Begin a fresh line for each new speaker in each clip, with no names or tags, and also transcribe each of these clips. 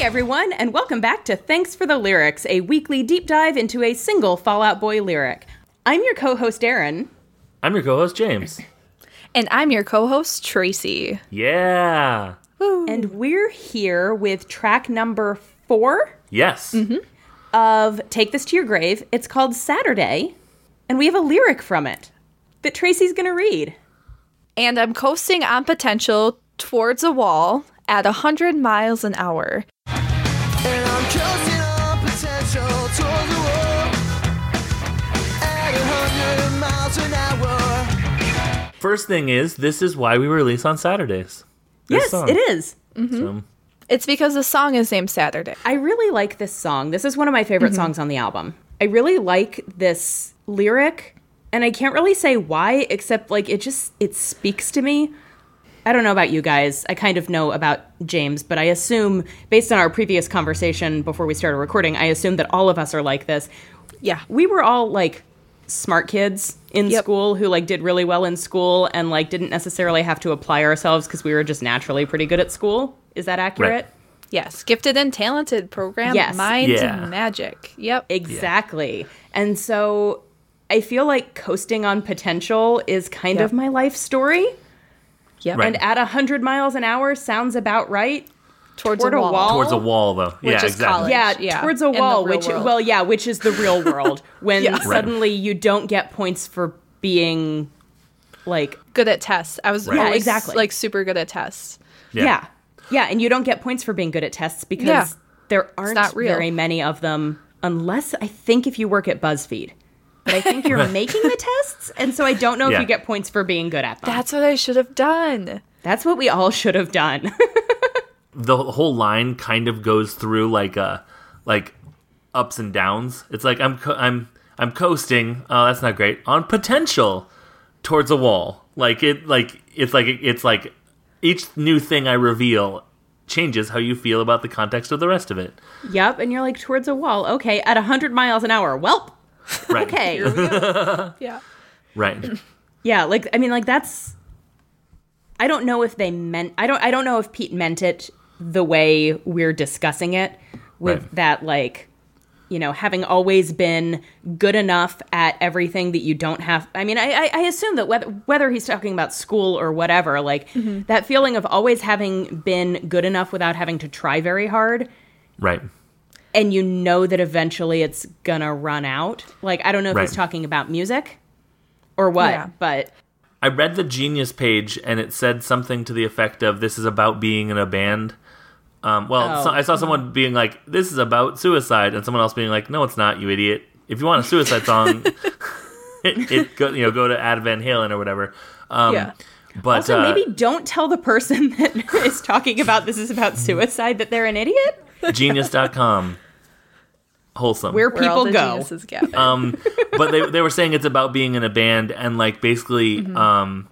everyone, and welcome back to Thanks for the Lyrics, a weekly deep dive into a single Fallout Boy lyric. I'm your co host, Aaron.
I'm your co-host James.
And I'm your co host, Tracy.
Yeah.
And we're here with track number four
Yes.
Mm-hmm. of Take This to Your Grave. It's called Saturday, and we have a lyric from it that Tracy's going to read.
And I'm coasting on potential towards a wall at 100 miles an hour.
And I'm counting on potential toward the wall at a hundred miles an hour.
First thing is, this is why we release on Saturdays. This
yes,
song.
it is. Mm-hmm.
So,
It's because the song is named Saturday.
I really like this song. This is one of my favorite songs on the album. I really like this lyric, and I can't really say why except like it just it speaks to me. I don't know about you guys. I kind of know about James, but I assume based on our previous conversation before we started recording, I assume that all of us are like this.
Yeah.
We were all like smart kids in
Yep.
school who like did really well in school and like didn't necessarily have to apply ourselves because we were just naturally pretty good at school. Is that accurate?
Yes. Gifted and talented program.
Yes.
Minds
Yeah.
magic. Yep.
Exactly. And so I feel like coasting on potential is kind
Yeah.
of my life story.
yep.
Right.
And at 100 miles an hour sounds about right.
towards,
toward
a
a
wall.
wall.
towards a wall, though. yeah,
is
exactly.
college.
Yeah,
yeah,
towards a
in the
wall,
real
which,
world.
well, yeah, which is the real world when
Yeah. Right.
suddenly you don't get points for being like,
Good at tests. I was
Right. Yeah,
always,
exactly.
like super good at tests.
yeah. yeah. and you don't get points for being good at tests because
Yeah.
there aren't
not real.
very many of them, unless I think if you work at BuzzFeed. But I think you're making the tests, and so I don't know
Yeah.
if you get points for being good at them.
That's what I should have done.
That's what we all should have done.
The whole line kind of goes through like uh like ups and downs. It's like I'm co- I'm I'm coasting. Oh, that's not great. On potential towards a wall. Like it like it's like it's like each new thing I reveal changes how you feel about the context of the rest of it.
yep, and you're like towards a wall. Okay, at 100 miles an hour. Welp.
Right.
Okay.
Yeah.
Right.
yeah, like I mean like that's I don't know if they meant I don't I don't know if Pete meant it the way we're discussing it with
Right.
that like you know, having always been good enough at everything that you don't have. I mean, I, I, I assume that whether, whether he's talking about school or whatever, like that feeling of always having been good enough without having to try very hard
Right.
and you know that eventually it's gonna run out. Like I don't know if he's
Right.
talking about music or what,
Yeah.
but
I read the Genius page and it said something to the effect of "This is about being in a band." Um, well,
Oh.
so, I saw someone being like, "This is about suicide," and someone else being like, "No, it's not, you idiot. If you want a suicide song, it, it go, you know go to Ad Van Halen or whatever." Um,
Yeah.
But
also
uh,
maybe don't tell the person that is talking about this is about suicide that they're an idiot.
uh, Genius.com, wholesome.
Where,
Where
people
all the
go.
geniuses gather.
um, but they they were saying it's about being in a band and like basically um,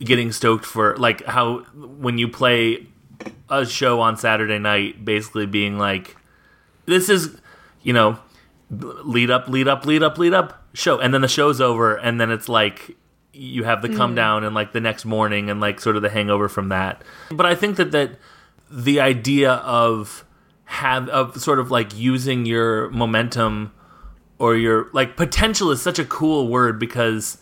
getting stoked for like how when you play a show on Saturday night, basically being like, this is you know b- lead up, lead up, lead up, lead up show, and then the show's over, and then it's like you have the come down and like the next morning and like sort of the hangover from that. But I think that that the idea of have of sort of like using your momentum or your like potential is such a cool word because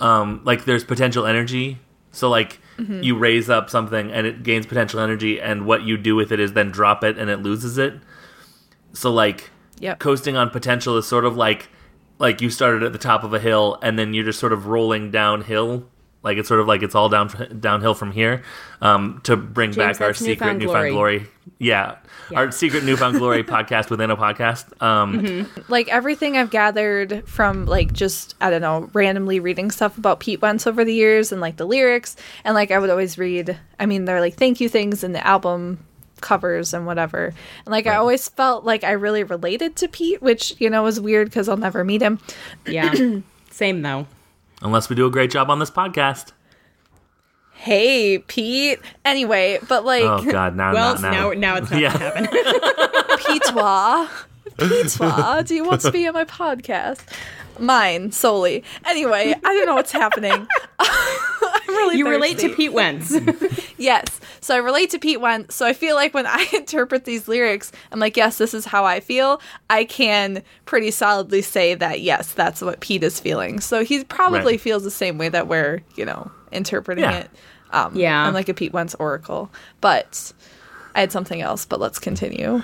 um like there's potential energy so like you raise up something and it gains potential energy and what you do with it is then drop it and it loses it so like
Yep.
coasting on potential is sort of like like you started at the top of a hill and then you're just sort of rolling downhill like it's sort of like it's all down downhill from here um, to bring back our
that's
secret
newfound
newfound
glory.
glory, Yeah. our secret newfound glory podcast within a podcast um,
like everything I've gathered from like just I don't know randomly reading stuff about Pete Wentz over the years and like the lyrics and like I would always read I mean they're like thank you things in the album covers and whatever and like I always felt like I really related to Pete which you know was weird because I'll never meet him
yeah, same though.
unless we do a great job on this podcast
hey Pete anyway but like
Oh God, now,
Well,
not
now
now.
now it's not
Yeah.
gonna happen.
Petois. Petois, do you want to be on my podcast? Mine solely. Anyway, I don't know what's happening. I'm really
You relate to
thirsty.
Pete Wentz.
Yes. So I relate to Pete Wentz. So I feel like when I interpret these lyrics, I'm like, yes, this is how I feel. I can pretty solidly say that, yes, that's what Pete is feeling. So he probably
Right.
feels the same way that we're, you know, interpreting
Yeah.
it. Um,
Yeah.
I'm like a Pete Wentz oracle. But I had something else, but let's continue.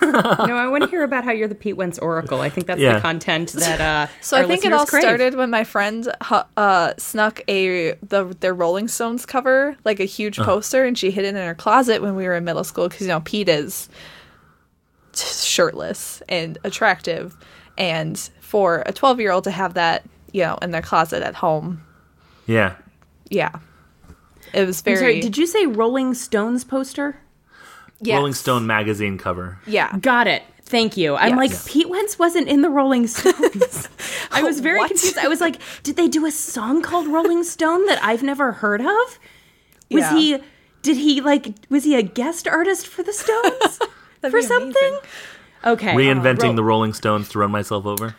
No, I want to hear about how you're the Pete Wentz Oracle. I think that's
Yeah.
the content that. Uh,
So
our
I think it
listeners
all
crave.
started when my friend hu- uh, snuck a the their Rolling Stones cover, like a huge
Uh-huh.
poster, and she hid it in her closet when we were in middle school because you know Pete is t- shirtless and attractive, and for a twelve year old to have that you know in their closet at home,
Yeah.
yeah, it was
I'm
very
sorry, did you say Rolling Stones poster?
yes.
Rolling Stone magazine cover.
Yeah,
Got it. Thank you. I'm
Yes.
like
Yeah.
Pete Wentz wasn't in the Rolling Stones. I was very
What?
confused. I was like, did they do a song called Rolling Stone that I've never heard of? Was
Yeah.
he? Did he like? Was he a guest artist for the Stones for
be amazing.
something? Okay.
Reinventing
Ro-
the Rolling Stones to run myself over.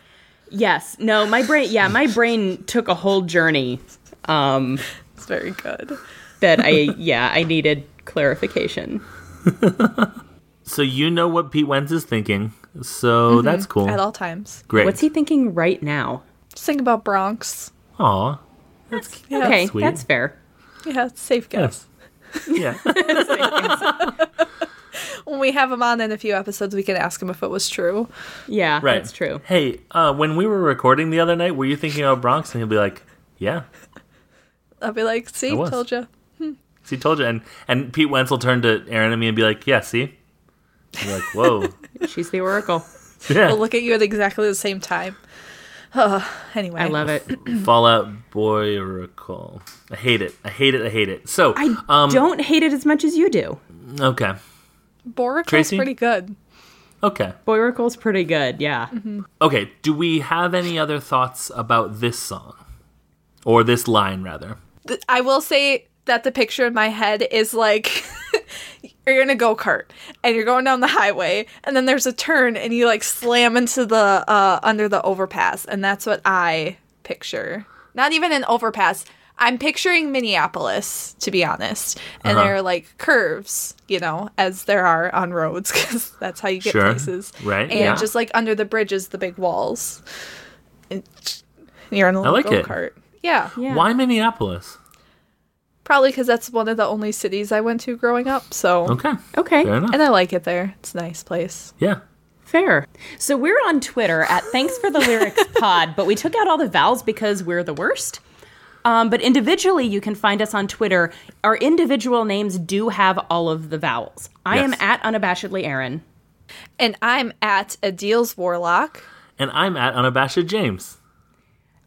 Yes. No. My brain. Yeah. My brain took a whole journey um,
it's very good.
that I. Yeah. I needed clarification.
So you know what Pete Wentz is thinking. So that's cool.
At all times,
Great.
What's he thinking right now?
sing about Bronx.
Aw.
Yeah,
okay,
sweet.
that's fair.
yeah, safe guess.
Yes. Yeah.
When we have him on in a few episodes, we can ask him if it was true.
Yeah,
Right.
that's true.
Hey, uh, when we were recording the other night, were you thinking about Bronx? And he'll be like, yeah.
I'll be like, see,
was.
told you.
See, told you. And, and Pete Wentz will turn to Aaron and me and be like, yeah, see? And you're like, whoa.
She's the oracle.
Yeah.
We'll look at you at exactly the same time. Ugh, anyway,
I love it.
Fallout Boy Oracle. I hate it. I hate it. I hate it. So,
I
um,
don't hate it as much as you do.
okay.
Boracle's
Tracy?
pretty good.
Okay.
Boy Oracle's pretty good, yeah.
Okay. Do we have any other thoughts about this song? Or this line, rather?
Th- I will say that the picture in my head is like you're in a go kart and you're going down the highway, and then there's a turn and you like slam into the uh, under the overpass, and that's what I picture. Not even an overpass. I'm picturing Minneapolis, to be honest, and
Uh-huh.
there are like curves, you know, as there are on roads, because that's how you get
Sure.
places,
Right,
And
yeah.
just like under the bridges, the big walls. And you're in a
I
little
like
go
it.
kart. Yeah.
Yeah.
Why Minneapolis?
Probably because that's one of the only cities I went to growing up. So,
Okay.
Okay,
Fair enough.
and I like it there. It's a nice place.
Yeah.
fair. So we're on Twitter at Thanks for the Lyrics Pod, but we took out all the vowels because we're the worst. Um, but individually, you can find us on Twitter. Our individual names do have all of the vowels. I am
Yes.
at unabashedly Aaron.
And I'm at Adil's Warlock.
And I'm at Unabashed James.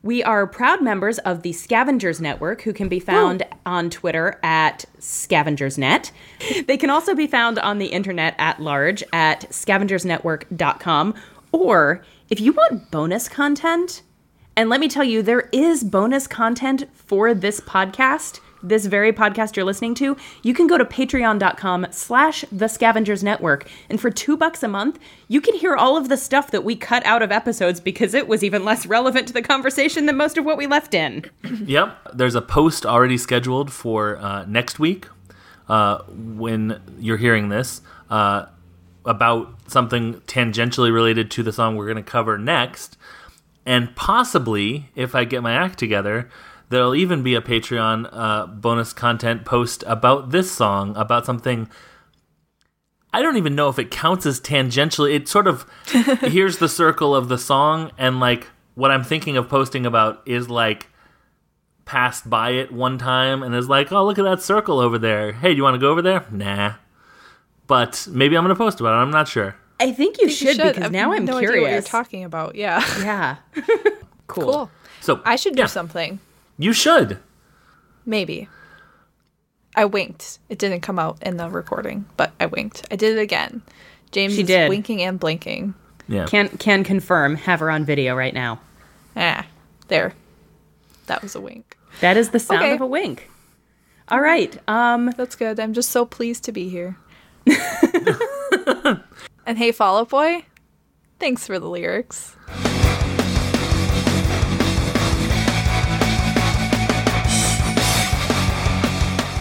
We are proud members of the Scavengers Network, who can be found on Twitter at scavengersnet. They can also be found on the internet at large at scavengersnetwork.com. Or if you want bonus content, and let me tell you, there is bonus content for this podcast, this very podcast you're listening to. You can go to patreon.com slash the scavengers network. And for two bucks a month, you can hear all of the stuff that we cut out of episodes because it was even less relevant to the conversation than most of what we left in.
Yep. There's a post already scheduled for uh, next week uh, when you're hearing this uh, about something tangentially related to the song we're going to cover next. And possibly, if I get my act together, there'll even be a Patreon uh, bonus content post about this song, about something. I don't even know if it counts as tangentially. It sort of here's the circle of the song, and like what I'm thinking of posting about is like passed by it one time and is like, "Oh, look at that circle over there. Hey, do you want to go over there?" Nah. But maybe I'm gonna post about it. I'm not sure.
I think you, should, because
I've
now I'm
no idea
curious.
what you're talking about. Yeah.
yeah. cool.
cool.
So
I should do
yeah,
something.
You should.
Maybe. I winked. It didn't come out in the recording, but I winked. I did it again. James
She
is
did.
winking and blinking.
Yeah.
Can can confirm, have her on video right now.
Ah, there. That was a wink.
That is the sound
Okay.
of a wink. All right. Um
That's good. I'm just so pleased to be here. and hey, Fall Out Boy, thanks for the lyrics.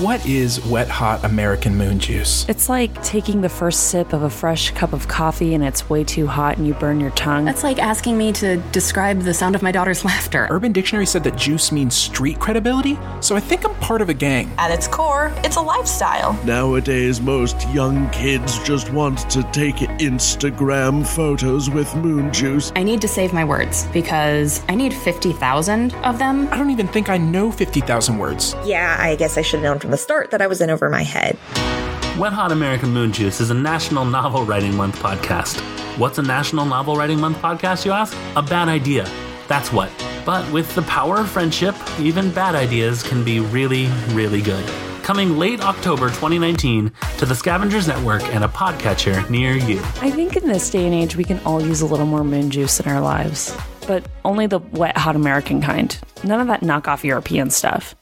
What is wet hot American moon juice?
It's like taking the first sip of a fresh cup of coffee and it's way too hot and you burn your tongue.
That's like asking me to describe the sound of my daughter's laughter.
Urban Dictionary said that juice means street credibility, so I think I'm part of a gang.
At its core, it's a lifestyle.
Nowadays, most young kids just want to take Instagram photos with moon juice.
I need to save my words because I need 50,000 of them.
I don't even think I know 50,000 words.
Yeah, I guess I should have known from the start that I was in over my head.
Wet Hot American Moon Juice is a National Novel Writing Month podcast. What's a National Novel Writing Month podcast, you ask? A bad idea. That's what. But with the power of friendship, even bad ideas can be really, really good. Coming late October 2019 to the Scavengers Network and a podcatcher near you.
I think in this day and age, we can all use a little more moon juice in our lives, but only the wet, hot American kind. None of that knockoff European stuff.